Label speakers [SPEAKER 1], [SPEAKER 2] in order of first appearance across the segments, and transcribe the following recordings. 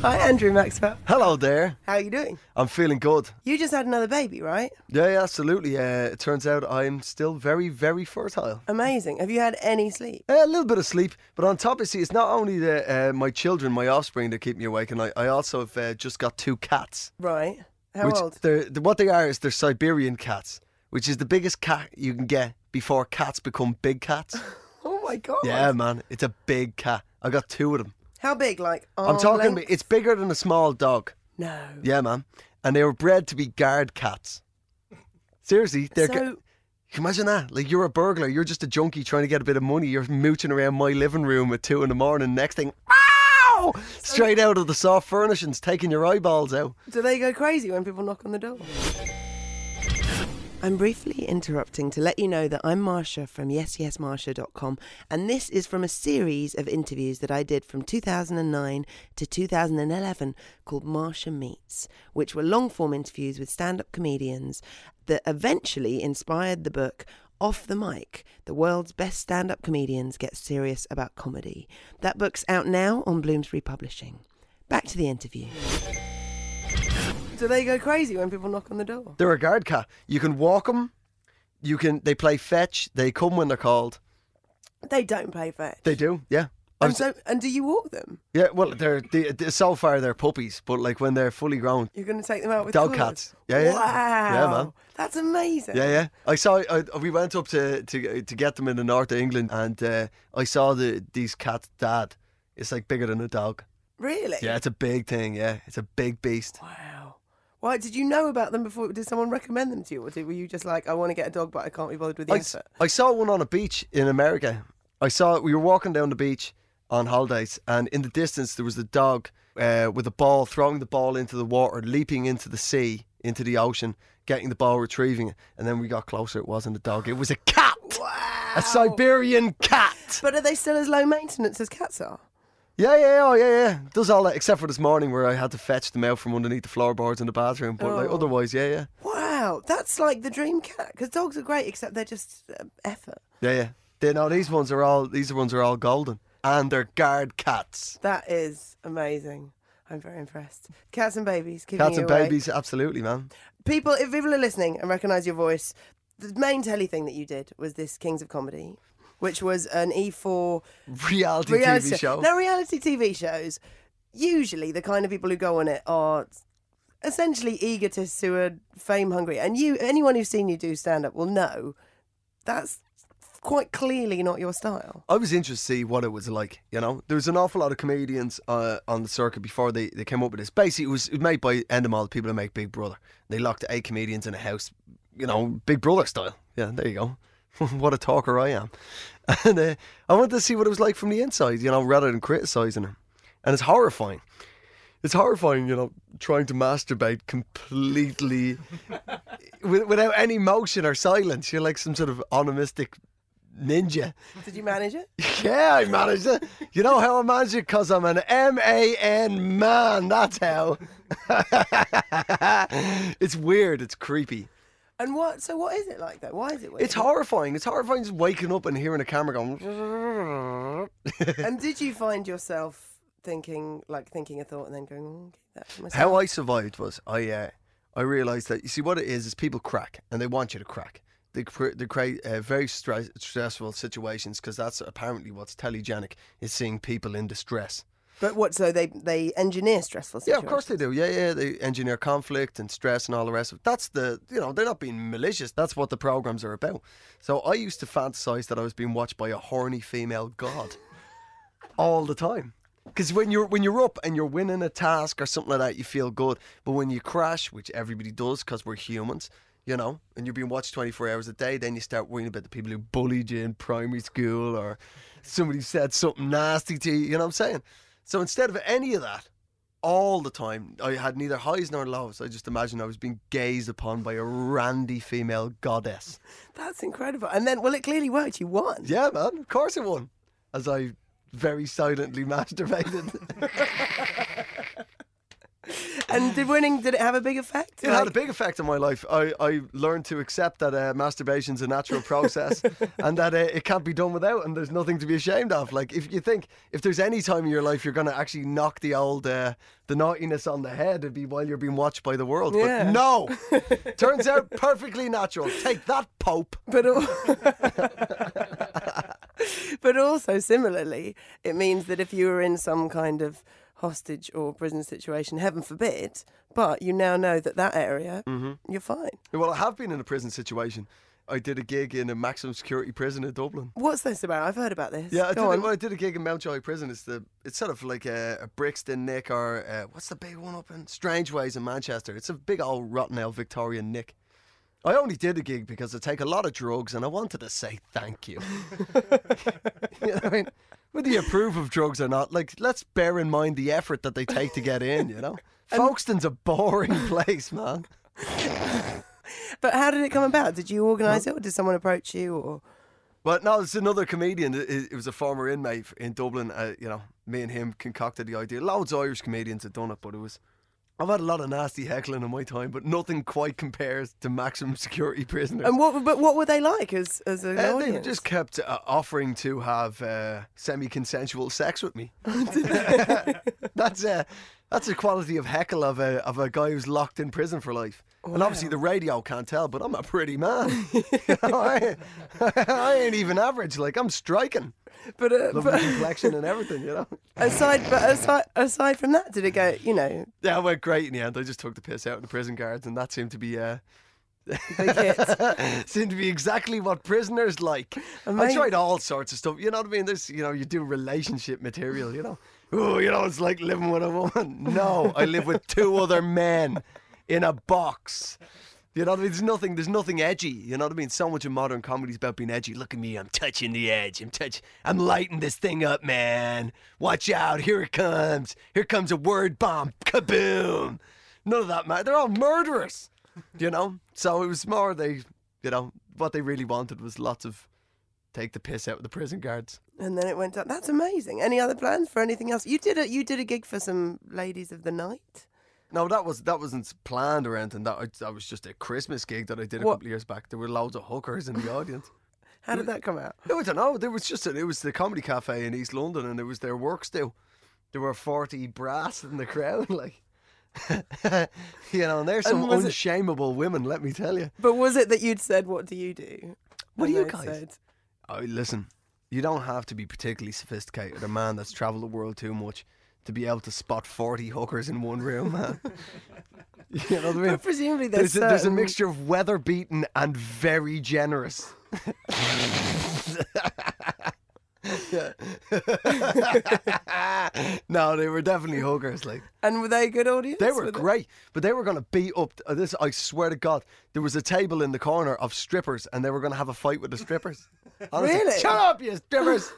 [SPEAKER 1] Hi, Andrew Maxwell.
[SPEAKER 2] Hello there.
[SPEAKER 1] How are you doing?
[SPEAKER 2] I'm feeling good.
[SPEAKER 1] You just had another baby, right?
[SPEAKER 2] Yeah, yeah, absolutely. Uh, it turns out I'm still very, very fertile.
[SPEAKER 1] Amazing. Have you had any sleep?
[SPEAKER 2] Uh, a little bit of sleep, but on top, you see, it's not only the, uh, my children, my offspring that keep me awake, and I, I also have uh, just got two cats.
[SPEAKER 1] Right. How
[SPEAKER 2] which
[SPEAKER 1] old?
[SPEAKER 2] They're, the- what they are is they're Siberian cats, which is the biggest cat you can get before cats become big cats.
[SPEAKER 1] Oh my god.
[SPEAKER 2] yeah, man, it's a big cat. I got two of them.
[SPEAKER 1] How big? Like
[SPEAKER 2] I'm
[SPEAKER 1] arm
[SPEAKER 2] talking,
[SPEAKER 1] length?
[SPEAKER 2] it's bigger than a small dog.
[SPEAKER 1] No.
[SPEAKER 2] Yeah, man. And they were bred to be guard cats. Seriously, they're. ca-
[SPEAKER 1] so
[SPEAKER 2] Can you Imagine that. Like you're a burglar, you're just a junkie trying to get a bit of money. You're mooching around my living room at two in the morning. Next thing, ow! Straight out of the soft furnishings, taking your eyeballs out.
[SPEAKER 1] do they go crazy when people knock on the door? I'm briefly interrupting to let you know that I'm Marsha from yesyesmarsha.com and this is from a series of interviews that I did from 2009 to 2011 called Marsha Meets, which were long-form interviews with stand-up comedians that eventually inspired the book Off the Mic, the world's best stand-up comedians get serious about comedy. That book's out now on Bloomsbury Publishing. Back to the interview. Do they go crazy when people knock on the door?
[SPEAKER 2] They're a guard cat. You can walk them. You can. They play fetch. They come when they're called.
[SPEAKER 1] They don't play fetch.
[SPEAKER 2] They do. Yeah.
[SPEAKER 1] and
[SPEAKER 2] I've-
[SPEAKER 1] so, and do you walk them?
[SPEAKER 2] yeah. Well, they're, they they- so far they're puppies, but like when they're fully grown.
[SPEAKER 1] You're going to take them out with
[SPEAKER 2] Dog
[SPEAKER 1] colours?
[SPEAKER 2] cats. Yeah, yeah.
[SPEAKER 1] Wow.
[SPEAKER 2] Yeah, man.
[SPEAKER 1] That's amazing.
[SPEAKER 2] Yeah, yeah. I saw. I, we went up to, to to get them in the north of England, and uh, I saw the these cats' dad. It's like bigger than a dog.
[SPEAKER 1] Really?
[SPEAKER 2] Yeah, it's a big thing. Yeah, it's a big beast.
[SPEAKER 1] Wow. Why did you know about them before? Did someone recommend them to you, or did, were you just like, I want to get a dog, but I can't be bothered with the
[SPEAKER 2] I, s-
[SPEAKER 1] effort?
[SPEAKER 2] I saw one on a beach in America. I saw it. We were walking down the beach on holidays, and in the distance there was a dog uh, with a ball, throwing the ball into the water, leaping into the sea, into the ocean, getting the ball, retrieving it, and then we got closer. It wasn't a dog. It was a cat.
[SPEAKER 1] Wow.
[SPEAKER 2] A Siberian cat.
[SPEAKER 1] But are they still as low maintenance as cats are?
[SPEAKER 2] Yeah, yeah, oh, yeah, yeah. Does all that except for this morning where I had to fetch them out from underneath the floorboards in the bathroom. But like
[SPEAKER 1] Oh.
[SPEAKER 2] otherwise, yeah, yeah,
[SPEAKER 1] Wow, that's like the dream cat. Because dogs are great, except they're just uh, effort.
[SPEAKER 2] yeah, yeah. They, no, these ones are all these ones are all golden, and they're guard cats.
[SPEAKER 1] That is amazing. I'm very impressed. Cats and babies. keeping
[SPEAKER 2] Cats
[SPEAKER 1] you
[SPEAKER 2] and
[SPEAKER 1] awake.
[SPEAKER 2] babies, absolutely, man.
[SPEAKER 1] people if people are listening and recognize your voice the main telly thing that you did was this kings of comedy which was an e4
[SPEAKER 2] Reality,
[SPEAKER 1] reality
[SPEAKER 2] TV show.
[SPEAKER 1] now reality tv shows usually the kind of people who go on it are essentially egotists who are fame hungry and you anyone who's seen you do stand up will know that's quite clearly not your style
[SPEAKER 2] I was interested to see what it was like. You know, there was an awful lot of comedians uh, on the circuit before they, they came up with this. Basically, it was made by Endemol, the people who make Big Brother. They locked eight comedians in a house, you know, Big Brother style. Yeah, there you go. what a talker I am. And uh, I wanted to see what it was like from the inside, you know, rather than criticising them. And it's horrifying. It's horrifying, you know, trying to masturbate completely with, without any motion or silence. You're like some sort of onomistic ninja.
[SPEAKER 1] did you manage it
[SPEAKER 2] Yeah, I managed it. You know how I managed it? Because I'm an M A N man. That's how. it's weird. It's creepy.
[SPEAKER 1] and what so what is it like though why is it weird?
[SPEAKER 2] It's horrifying. It's horrifying just waking up and hearing a camera going.
[SPEAKER 1] and did you find yourself thinking like thinking a thought and then going oh, keep that for myself
[SPEAKER 2] How I survived was I uh, I realized that you see what it is is people crack and they want you to crack. They cr- they create uh, very stress- stressful situations because that's apparently what's telegenic is seeing people in distress.
[SPEAKER 1] But what? So they they engineer stressful
[SPEAKER 2] Yeah,
[SPEAKER 1] situations.
[SPEAKER 2] of course they do. Yeah, yeah, they engineer conflict and stress and all the rest of it. That's the, you know, they're not being malicious. That's what the programs are about. So I used to fantasize that I was being watched by a horny female god all the time. Because when you're when you're up and you're winning a task or something like that, you feel good. But when you crash, which everybody does because we're humans, you know, and you're being watched 24 hours a day, then you start worrying about the people who bullied you in primary school or somebody said something nasty to you. You know what I'm saying? So instead of any of that, all the time, I had neither highs nor lows. I just imagined I was being gazed upon by a randy female goddess.
[SPEAKER 1] That's incredible. And then, well, it clearly worked. You won.
[SPEAKER 2] Yeah, man, of course it won. As I very silently masturbated.
[SPEAKER 1] And And did winning, did it have a big effect?
[SPEAKER 2] It had a big effect on my life. I, I learned to accept that uh, masturbation's a natural process and that uh, it can't be done without, and there's nothing to be ashamed of. Like, if you think, if there's any time in your life you're going to actually knock the old, uh, the naughtiness on the head, it'd be while you're being watched by the world.
[SPEAKER 1] Yeah.
[SPEAKER 2] But no! Turns out perfectly natural. Take that, Pope.
[SPEAKER 1] But, al- but also, similarly, it means that if you were in some kind of hostage or prison situation, heaven forbid, but you now know that that area,
[SPEAKER 2] Mm-hmm.
[SPEAKER 1] you're fine.
[SPEAKER 2] Well, I have been in a prison situation. I did a gig in a maximum security prison in Dublin.
[SPEAKER 1] What's this about? I've heard about this.
[SPEAKER 2] Yeah, I did,
[SPEAKER 1] Go
[SPEAKER 2] a-
[SPEAKER 1] on.
[SPEAKER 2] well, I did a gig in Mountjoy Prison. It's the it's sort of like a, a Brixton Nick or uh what's the big one up in Strange Ways in Manchester. It's a big old rotten old Victorian Nick. I only did a gig because I take a lot of drugs and I wanted to say thank you. you know what I mean? Whether you approve of drugs or not, like let's bear in mind the effort that they take to get in. You know, Folkestone's a boring place, man.
[SPEAKER 1] But how did it come about? Did you organise it, or did someone approach you, or
[SPEAKER 2] Well, no, it's another comedian. It, it- it was a former inmate in Dublin. Uh, you know, me and him concocted the idea. Loads of Irish comedians had done it, but it was. I've had a lot of nasty heckling in my time, but nothing quite compares to maximum security prisoners.
[SPEAKER 1] and what? But what were they like as as an
[SPEAKER 2] Uh, they
[SPEAKER 1] audience?
[SPEAKER 2] just kept uh, offering to have uh, semi-consensual sex with me. that's a that's a quality of heckle of a of a guy who's locked in prison for life. And obviously the radio can't tell, but I'm a pretty man. You know, I, I ain't even average. Like I'm striking,
[SPEAKER 1] but, uh,
[SPEAKER 2] lovely
[SPEAKER 1] but
[SPEAKER 2] complexion and everything. You know.
[SPEAKER 1] aside, but aside, aside from that, did it go? You know,
[SPEAKER 2] Yeah, it went great in the end. I just took the piss out of the prison guards, and that seemed to be. Uh,
[SPEAKER 1] big hit.
[SPEAKER 2] seemed to be exactly what prisoners like. I
[SPEAKER 1] Amazing.
[SPEAKER 2] tried all sorts of stuff. You know what I mean? There's, you know, you do relationship material. You know, ooh, you know, it's like living with a woman. No, I live with two other men in a box. You know what I mean? There's nothing. There's nothing edgy. You know what I mean? So much of modern comedy is about being edgy. Look at me. I'm touching the edge. I'm touch. I'm lighting this thing up, man. Watch out. Here it comes. Here comes a word bomb. Kaboom. None of that matter. They're all murderers. You know. So it was more they. You know what they really wanted was lots of take the piss out of the prison guards.
[SPEAKER 1] and then it went up. That's amazing. Any other plans for anything else? You did a you did a gig for some ladies of the night.
[SPEAKER 2] No, that was that wasn't planned or anything. That that was just a Christmas gig that I did a
[SPEAKER 1] What-
[SPEAKER 2] couple of years back. There were loads of hookers in the audience.
[SPEAKER 1] How did that come out?
[SPEAKER 2] No, I don't know. There was just a, it was the comedy cafe in East London, and it was their work still. There were forty brass in the crowd, like you know, and there's some
[SPEAKER 1] And was it-
[SPEAKER 2] unshameable women. Let me tell you.
[SPEAKER 1] But was it that you'd said, "What do you do"?
[SPEAKER 2] What do
[SPEAKER 1] And
[SPEAKER 2] you
[SPEAKER 1] they
[SPEAKER 2] guys-
[SPEAKER 1] said,
[SPEAKER 2] Oh, listen, you don't have to be particularly sophisticated, a man that's travelled the world too much, to be able to spot forty hookers in one room, man. you know what I mean?
[SPEAKER 1] But presumably there's
[SPEAKER 2] There's a, there's a
[SPEAKER 1] certain-
[SPEAKER 2] mixture of weather beaten and very generous. no, they were definitely hookers. Like
[SPEAKER 1] And were they a good audience?
[SPEAKER 2] they were
[SPEAKER 1] they-
[SPEAKER 2] great, but they were going to beat up uh, this. I swear to God, there was a table in the corner of strippers, and they were going to have a fight with the strippers. Honestly,
[SPEAKER 1] Really?
[SPEAKER 2] Shut up, you strippers!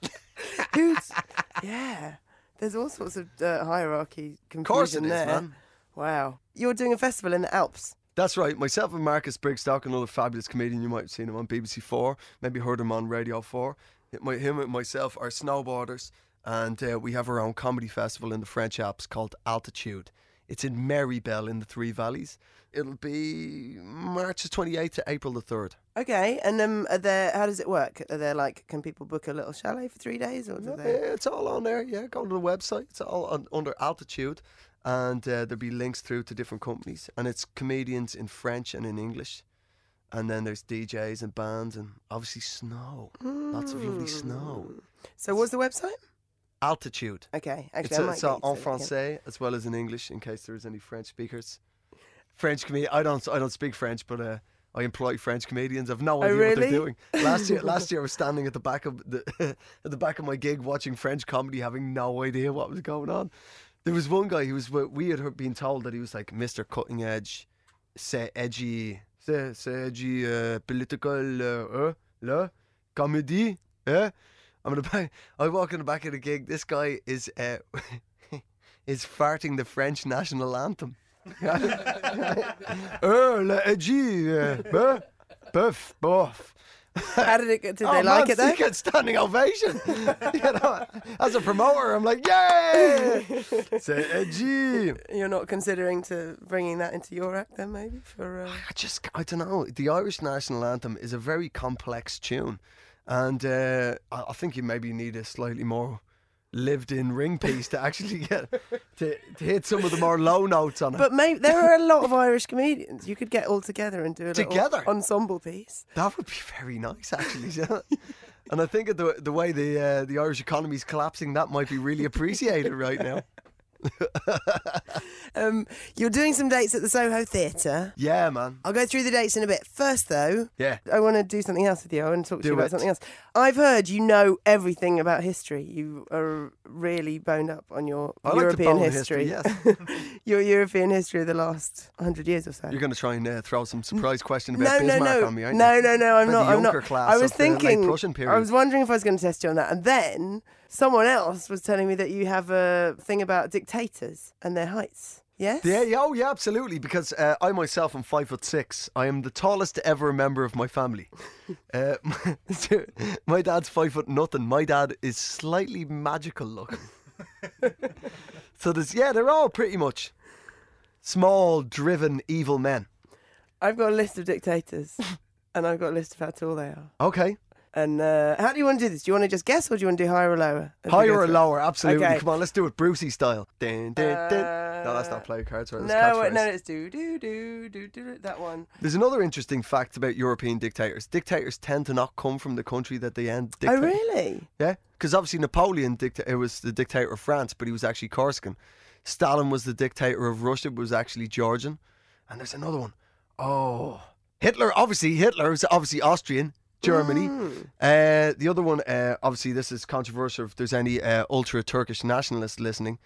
[SPEAKER 1] Who's, yeah, there's all sorts of uh, hierarchy confusion
[SPEAKER 2] course it is,
[SPEAKER 1] there.
[SPEAKER 2] man.
[SPEAKER 1] Wow, you're doing a festival in the Alps.
[SPEAKER 2] That's right. Myself and Marcus Brigstock, another fabulous comedian. You might have seen him on BBC Four, maybe heard him on Radio Four. It- My, him and myself are snowboarders, and uh, we have our own comedy festival in the French Alps called Altitude. It's in Marybelle in the Three Valleys. It'll be March the 28th to April the 3rd.
[SPEAKER 1] Okay, and um, are there? How does it work? Are there like, can people book a little chalet for three days, or do
[SPEAKER 2] Yeah,
[SPEAKER 1] they?
[SPEAKER 2] it's all on there. Yeah, go to the website. It's all on, under Altitude, and uh, there'll be links through to different companies. And it's comedians in French and in English, and then there's DJs and bands, and obviously snow. Lots of lovely snow.
[SPEAKER 1] Mm. Hmm. So, what's the website?
[SPEAKER 2] Altitude.
[SPEAKER 1] Okay, actually, I
[SPEAKER 2] It's, uh,
[SPEAKER 1] might
[SPEAKER 2] it's
[SPEAKER 1] get
[SPEAKER 2] all
[SPEAKER 1] you
[SPEAKER 2] en
[SPEAKER 1] to look it up.
[SPEAKER 2] français as well as in English, in case there is any French speakers. French comedian. I don't. I don't speak French, but. Uh, I employ French comedians. I've no idea what they're
[SPEAKER 1] really?
[SPEAKER 2] doing. Last year, last year I was standing at the back of the at the back of my gig watching French comedy, having no idea what was going on. There was one guy who was we had been told that he was like Mr. Cutting Edge, c'est edgy, c'est c'est edgy uh, political uh, uh, le comedy. Uh. I'm in the back. I walk in the back of the gig. This guy is uh, is farting the French national anthem. e, Oh, la edgy, uh, buff, buff.
[SPEAKER 1] How did it go? Did
[SPEAKER 2] Oh,
[SPEAKER 1] they like
[SPEAKER 2] man,
[SPEAKER 1] it though?
[SPEAKER 2] You get standing ovation. you know, as a promoter, I'm like, yay! It's a, a G.
[SPEAKER 1] You're not considering to bringing that into your act then maybe for uh,
[SPEAKER 2] I just, I don't know. The Irish national anthem is a very complex tune, and uh, I, I think you maybe need a slightly more lived-in ring piece to actually get to, to hit some of the more low notes on it.
[SPEAKER 1] But maybe there are a lot of Irish comedians. You could get all together and do a little
[SPEAKER 2] Together?
[SPEAKER 1] ensemble piece.
[SPEAKER 2] That would be very nice, actually. you know? and I think at the the way the uh, the Irish economy is collapsing, that might be really appreciated right now.
[SPEAKER 1] Um, you're doing some dates at the Soho Theatre.
[SPEAKER 2] Yeah, man.
[SPEAKER 1] I'll go through the dates in a bit. First, though,
[SPEAKER 2] Yeah.
[SPEAKER 1] I want to do something else with you. I want to talk to
[SPEAKER 2] Do
[SPEAKER 1] you about
[SPEAKER 2] it.
[SPEAKER 1] something else. I've heard you know everything about history. You are really boned up on your
[SPEAKER 2] I like to
[SPEAKER 1] European
[SPEAKER 2] bone in
[SPEAKER 1] history.
[SPEAKER 2] history,
[SPEAKER 1] your European history of the last hundred years or so.
[SPEAKER 2] You're going to try and uh, throw some surprise question
[SPEAKER 1] no,
[SPEAKER 2] about
[SPEAKER 1] no,
[SPEAKER 2] Bismarck
[SPEAKER 1] no,
[SPEAKER 2] on me, aren't
[SPEAKER 1] no,
[SPEAKER 2] you?
[SPEAKER 1] no, no. I'm
[SPEAKER 2] About
[SPEAKER 1] not.
[SPEAKER 2] the
[SPEAKER 1] I'm not.
[SPEAKER 2] Juncker class
[SPEAKER 1] I was
[SPEAKER 2] of the late
[SPEAKER 1] thinking.
[SPEAKER 2] Prussian period.
[SPEAKER 1] I was wondering if I was going to test you on that, and then someone else was telling me that you have a thing about dictators and their heights. Yes.
[SPEAKER 2] Yeah, yeah, oh, yeah, absolutely. Because uh, I myself am five foot six. I am the tallest ever member of my family. Uh, my, my dad's five foot nothing. My dad is slightly magical looking. so there's yeah, they're all pretty much small, driven, evil men.
[SPEAKER 1] I've got a list of dictators, and I've got a list of how tall they are.
[SPEAKER 2] Okay,
[SPEAKER 1] And uh, how do you want to do this? Do you want to just guess, or do you want to do higher or lower? as we go
[SPEAKER 2] higher or
[SPEAKER 1] through?
[SPEAKER 2] lower? Absolutely.
[SPEAKER 1] Okay.
[SPEAKER 2] Come on, let's do it, Brucey style. Dun, dun, dun. no, that's not play cards. Right?
[SPEAKER 1] No,
[SPEAKER 2] That's
[SPEAKER 1] no,
[SPEAKER 2] catchphrase.
[SPEAKER 1] no, it's do do do do do that one.
[SPEAKER 2] There's another interesting fact about European dictators. Dictators tend to not come from the country that they end.
[SPEAKER 1] Oh,
[SPEAKER 2] Dictating.
[SPEAKER 1] really?
[SPEAKER 2] Yeah, because obviously Napoleon dicta- uh, was the dictator of France, but he was actually Corsican. Stalin was the dictator of Russia, but was actually Georgian. And there's another one. Oh, Hitler. Obviously, Hitler was obviously Austrian, Germany. Uh, the other one, uh, obviously, this is controversial if there's any uh, ultra Turkish nationalists listening.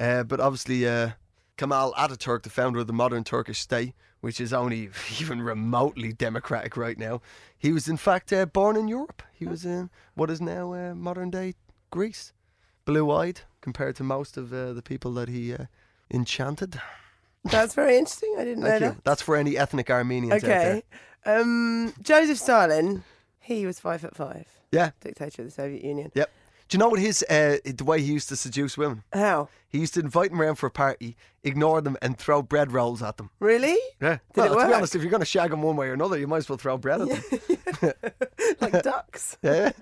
[SPEAKER 2] Uh, but obviously, uh, Kemal Ataturk, the founder of the modern Turkish state, which is only even remotely democratic right now, he was in fact uh, born in Europe. He was in what is now uh, modern day Greece. Blue eyed compared to most of uh, the people that he uh, enchanted.
[SPEAKER 1] That's very interesting. I didn't know
[SPEAKER 2] Thank
[SPEAKER 1] that.
[SPEAKER 2] you. That's for any ethnic Armenians out there.
[SPEAKER 1] Okay. Um, Joseph Stalin, he was five foot five,
[SPEAKER 2] Yeah,
[SPEAKER 1] dictator of the Soviet Union.
[SPEAKER 2] yep. Do you know what his uh, the way he used to seduce women?
[SPEAKER 1] How?
[SPEAKER 2] He used to invite them around for a party, ignore them, and throw bread rolls at them.
[SPEAKER 1] Really?
[SPEAKER 2] Yeah.
[SPEAKER 1] Did
[SPEAKER 2] well,
[SPEAKER 1] it
[SPEAKER 2] to be
[SPEAKER 1] work?
[SPEAKER 2] honest, if you're going to shag them one way or another, you might as well throw bread at them.
[SPEAKER 1] Like ducks?
[SPEAKER 2] Yeah.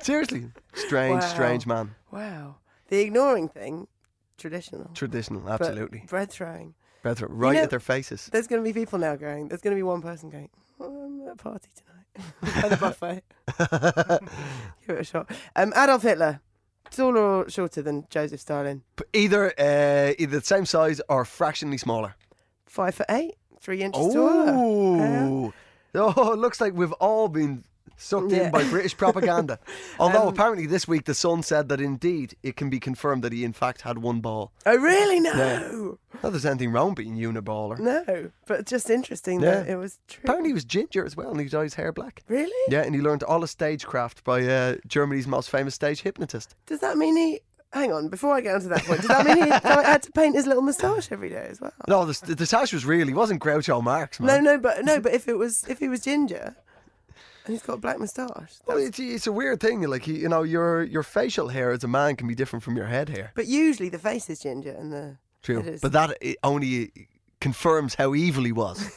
[SPEAKER 2] Seriously. Strange,
[SPEAKER 1] Wow.
[SPEAKER 2] strange man.
[SPEAKER 1] Wow. The ignoring thing, traditional.
[SPEAKER 2] Traditional,
[SPEAKER 1] but
[SPEAKER 2] absolutely.
[SPEAKER 1] bread throwing.
[SPEAKER 2] Bread throw- right
[SPEAKER 1] know-
[SPEAKER 2] at their faces.
[SPEAKER 1] There's going to be people now going, there's going to be one person going, "Oh, I'm at a party tonight at a buffet. Give it a shot. Um, Adolf Hitler, taller or shorter than Joseph Stalin?
[SPEAKER 2] P- Either uh, either the same size or fractionally smaller.
[SPEAKER 1] Five foot eight, three inches taller.
[SPEAKER 2] Oh. Oh, it looks like we've all been sucked
[SPEAKER 1] Yeah. Um,
[SPEAKER 2] in by British propaganda. Although apparently this week the Sun said that indeed it can be confirmed that he in fact had one ball.
[SPEAKER 1] Oh, really? No.
[SPEAKER 2] Not that there's anything wrong being uniballer.
[SPEAKER 1] No, but just interesting that
[SPEAKER 2] Yeah.
[SPEAKER 1] it was true.
[SPEAKER 2] Apparently he was ginger as well and he dyed his hair black.
[SPEAKER 1] Really?
[SPEAKER 2] Yeah, and he learned all his stagecraft by uh, Germany's most famous stage hypnotist.
[SPEAKER 1] Does that mean he? Hang on, before I get onto that point, does that mean he had to paint his little moustache every day as well?
[SPEAKER 2] No, the, the sash was real. He wasn't Groucho Marx, man.
[SPEAKER 1] No, no, but no, but if it was if he was ginger, and he's got a black moustache.
[SPEAKER 2] Well, it's, it's a weird thing. Like you you know, your your facial hair as a man can be different from your head hair.
[SPEAKER 1] But usually the face is ginger and the it
[SPEAKER 2] True,
[SPEAKER 1] is.
[SPEAKER 2] but that it only confirms how evil he was.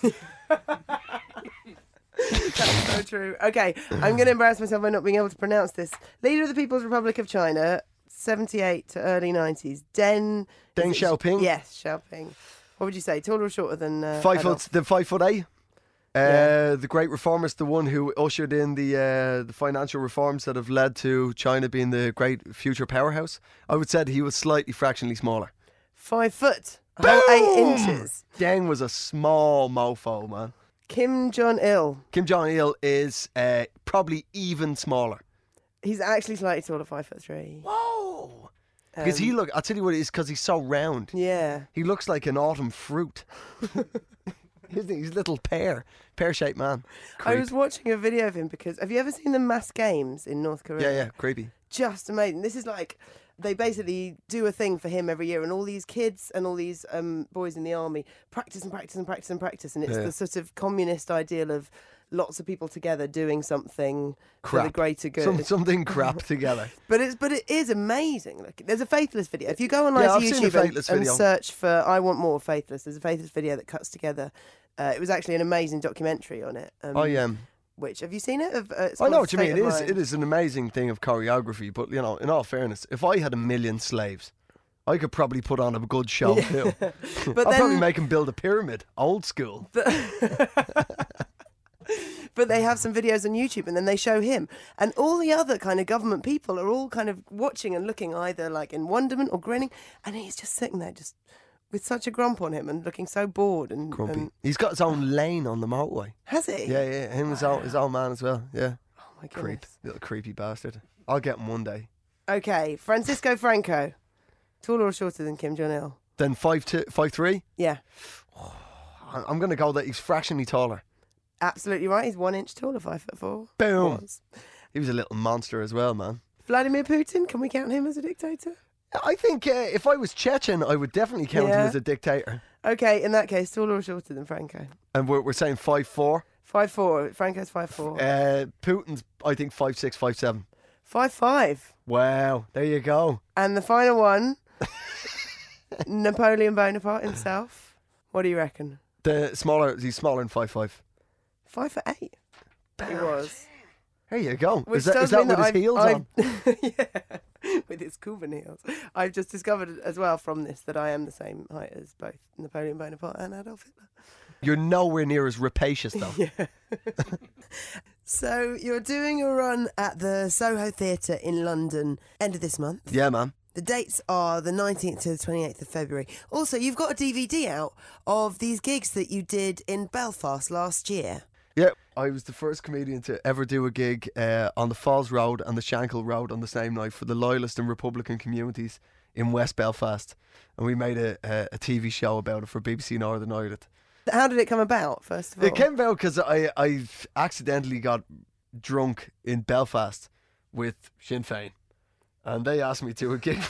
[SPEAKER 1] That's so true. Okay, I'm going to embarrass myself by not being able to pronounce this. Leader of the People's Republic of China, 78 to early 90s. Deng
[SPEAKER 2] Deng
[SPEAKER 1] is it-
[SPEAKER 2] Xiaoping?
[SPEAKER 1] Yes, Xiaoping. What would you say? Taller or shorter than uh,
[SPEAKER 2] five
[SPEAKER 1] Adolf?
[SPEAKER 2] foot, the five foot eight. Uh,
[SPEAKER 1] Yeah.
[SPEAKER 2] The great reformist, the one who ushered in the uh, the financial reforms that have led to China being the great future powerhouse. I would say he was slightly fractionally smaller.
[SPEAKER 1] Five foot. A whole
[SPEAKER 2] Boom!
[SPEAKER 1] Eight inches.
[SPEAKER 2] Deng was a small mofo, man.
[SPEAKER 1] Kim Jong Il.
[SPEAKER 2] Kim Jong Il is uh, probably even smaller.
[SPEAKER 1] He's actually slightly taller, five foot three.
[SPEAKER 2] Whoa! Because
[SPEAKER 1] Um,
[SPEAKER 2] he look, I'll tell you what it is. Because he's so round,
[SPEAKER 1] Yeah.
[SPEAKER 2] he looks like an autumn fruit. Isn't he? He's a little pear, pear-shaped man.
[SPEAKER 1] I
[SPEAKER 2] Creep.
[SPEAKER 1] was watching a video of him because have you ever seen the mass games in North Korea?
[SPEAKER 2] yeah, yeah, creepy.
[SPEAKER 1] Just amazing. This is like they basically do a thing for him every year, and all these kids and all these um, boys in the army practice and practice and practice and practice, and it's
[SPEAKER 2] Yeah.
[SPEAKER 1] the sort of communist ideal of lots of people together doing something for the
[SPEAKER 2] Crap.
[SPEAKER 1] greater good.
[SPEAKER 2] Some, something crap together.
[SPEAKER 1] But it's but it is amazing. Look, there's a faithless video. If you go on like
[SPEAKER 2] I've seen the
[SPEAKER 1] YouTube and,
[SPEAKER 2] Faithless
[SPEAKER 1] and
[SPEAKER 2] video.
[SPEAKER 1] search for "I want more faithless," there's a faithless video that cuts together. Uh, it was actually an amazing documentary on it. Um,
[SPEAKER 2] I um,
[SPEAKER 1] Which have you seen it? Of, uh, it's
[SPEAKER 2] I know
[SPEAKER 1] called
[SPEAKER 2] what you mean.
[SPEAKER 1] State
[SPEAKER 2] It
[SPEAKER 1] of
[SPEAKER 2] is
[SPEAKER 1] Mind.
[SPEAKER 2] it is an amazing thing of choreography, but you know, in all fairness, if I had a million slaves, I could probably put on a good show too.
[SPEAKER 1] But
[SPEAKER 2] I'll probably
[SPEAKER 1] then-
[SPEAKER 2] make them build a pyramid, old school.
[SPEAKER 1] but they have some videos on YouTube and then they show him. And all the other kind of government people are all kind of watching and looking either like in wonderment or grinning. And he's just sitting there just with such a grump on him and looking so bored and,
[SPEAKER 2] Grumpy.
[SPEAKER 1] and-
[SPEAKER 2] He's got his own lane on the motorway.
[SPEAKER 1] has he?
[SPEAKER 2] Yeah, yeah. Him his own his own man as well. Yeah,
[SPEAKER 1] Oh my goodness.
[SPEAKER 2] creep, little creepy bastard. I'll get him one day.
[SPEAKER 1] Okay, Francisco Franco. Taller or shorter than Kim Jong il?
[SPEAKER 2] Then five two, five three.
[SPEAKER 1] Yeah,
[SPEAKER 2] I- I'm gonna go that he's fractionally taller.
[SPEAKER 1] absolutely right. He's one inch taller, five foot four.
[SPEAKER 2] Boom.
[SPEAKER 1] Was.
[SPEAKER 2] He was a little monster as well, man.
[SPEAKER 1] Vladimir Putin, can we count him as a dictator?
[SPEAKER 2] I think uh, if I was Chechen, I would definitely count
[SPEAKER 1] Yeah.
[SPEAKER 2] him as a dictator.
[SPEAKER 1] Okay, in that case, taller or shorter than Franco?
[SPEAKER 2] And we're, we're saying five four.
[SPEAKER 1] Five four. Franco's five four.
[SPEAKER 2] Uh, Putin's, I think, five six, five seven.
[SPEAKER 1] Five five.
[SPEAKER 2] Wow, there you go.
[SPEAKER 1] And the final one, Napoleon Bonaparte himself. What do you reckon?
[SPEAKER 2] The smaller, he's smaller than five five.
[SPEAKER 1] Five for eight. He was.
[SPEAKER 2] There you go.
[SPEAKER 1] Which
[SPEAKER 2] is that,
[SPEAKER 1] tells
[SPEAKER 2] is that
[SPEAKER 1] me
[SPEAKER 2] with his
[SPEAKER 1] I've-
[SPEAKER 2] heels
[SPEAKER 1] I've-
[SPEAKER 2] on?
[SPEAKER 1] yeah, with his Cuban heels. I've just discovered as well from this that I am the same height as both Napoleon Bonaparte and Adolf Hitler.
[SPEAKER 2] You're nowhere near as rapacious though.
[SPEAKER 1] So you're doing a run at the Soho Theatre in London end of this month.
[SPEAKER 2] yeah, man.
[SPEAKER 1] The dates are the 19th to the 28th of February. Also, you've got a DVD out of these gigs that you did in Belfast last year.
[SPEAKER 2] Yeah, I was the first comedian to ever do a gig uh, on the Falls Road and the Shankill Road on the same night for the loyalist and Republican communities in West Belfast, and we made a, a, a TV show about it for BBC Northern Ireland.
[SPEAKER 1] How did it come about, first of all?
[SPEAKER 2] It came about because I I accidentally got drunk in Belfast with Sinn Fein, and they asked me to a gig.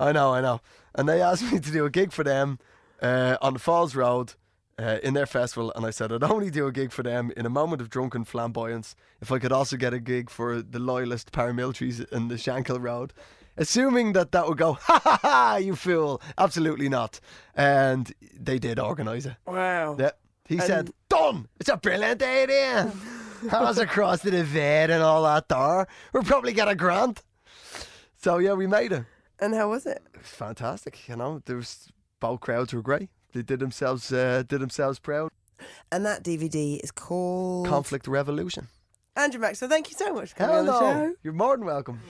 [SPEAKER 2] I know, I know, and they asked me to do a gig for them uh, on the Falls Road. Uh, in their festival, and I said I'd only do a gig for them in a moment of drunken flamboyance if I could also get a gig for the loyalist paramilitaries in the Shankill Road, assuming that that would go, ha ha ha, you fool, absolutely not. And they did organise it.
[SPEAKER 1] Wow.
[SPEAKER 2] Yeah. He said, Done! It's a brilliant idea! I was across the divide and all that there. We'll probably get a grant. So yeah, we made it.
[SPEAKER 1] And how was it?
[SPEAKER 2] It was fantastic, you know. There was both crowds were great. They did themselves uh, did themselves proud.
[SPEAKER 1] And that DVD is called.
[SPEAKER 2] Conflict Revolution.
[SPEAKER 1] Andrew Maxwell, thank you so much for coming on the show.
[SPEAKER 2] Hello. You're more than welcome.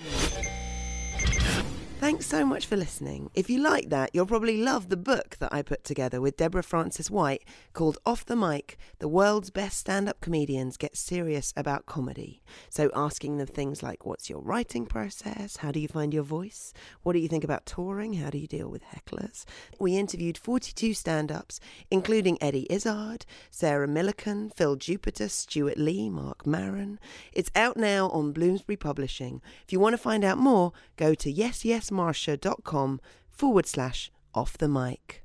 [SPEAKER 1] Thanks so much for listening. If you like that, you'll probably love the book that I put together with Deborah Francis White called Off the Mic The World's Best Stand Up Comedians Get Serious About Comedy. So, asking them things like what's your writing process? How do you find your voice? What do you think about touring? How do you deal with hecklers? We interviewed 42 stand ups, including Eddie Izzard, Sarah Milliken, Phil Jupiter, Stuart Lee, Mark Maron. It's out now on Bloomsbury Publishing. If you want to find out more, go to yesyesmarsha.com forward slash off the mic.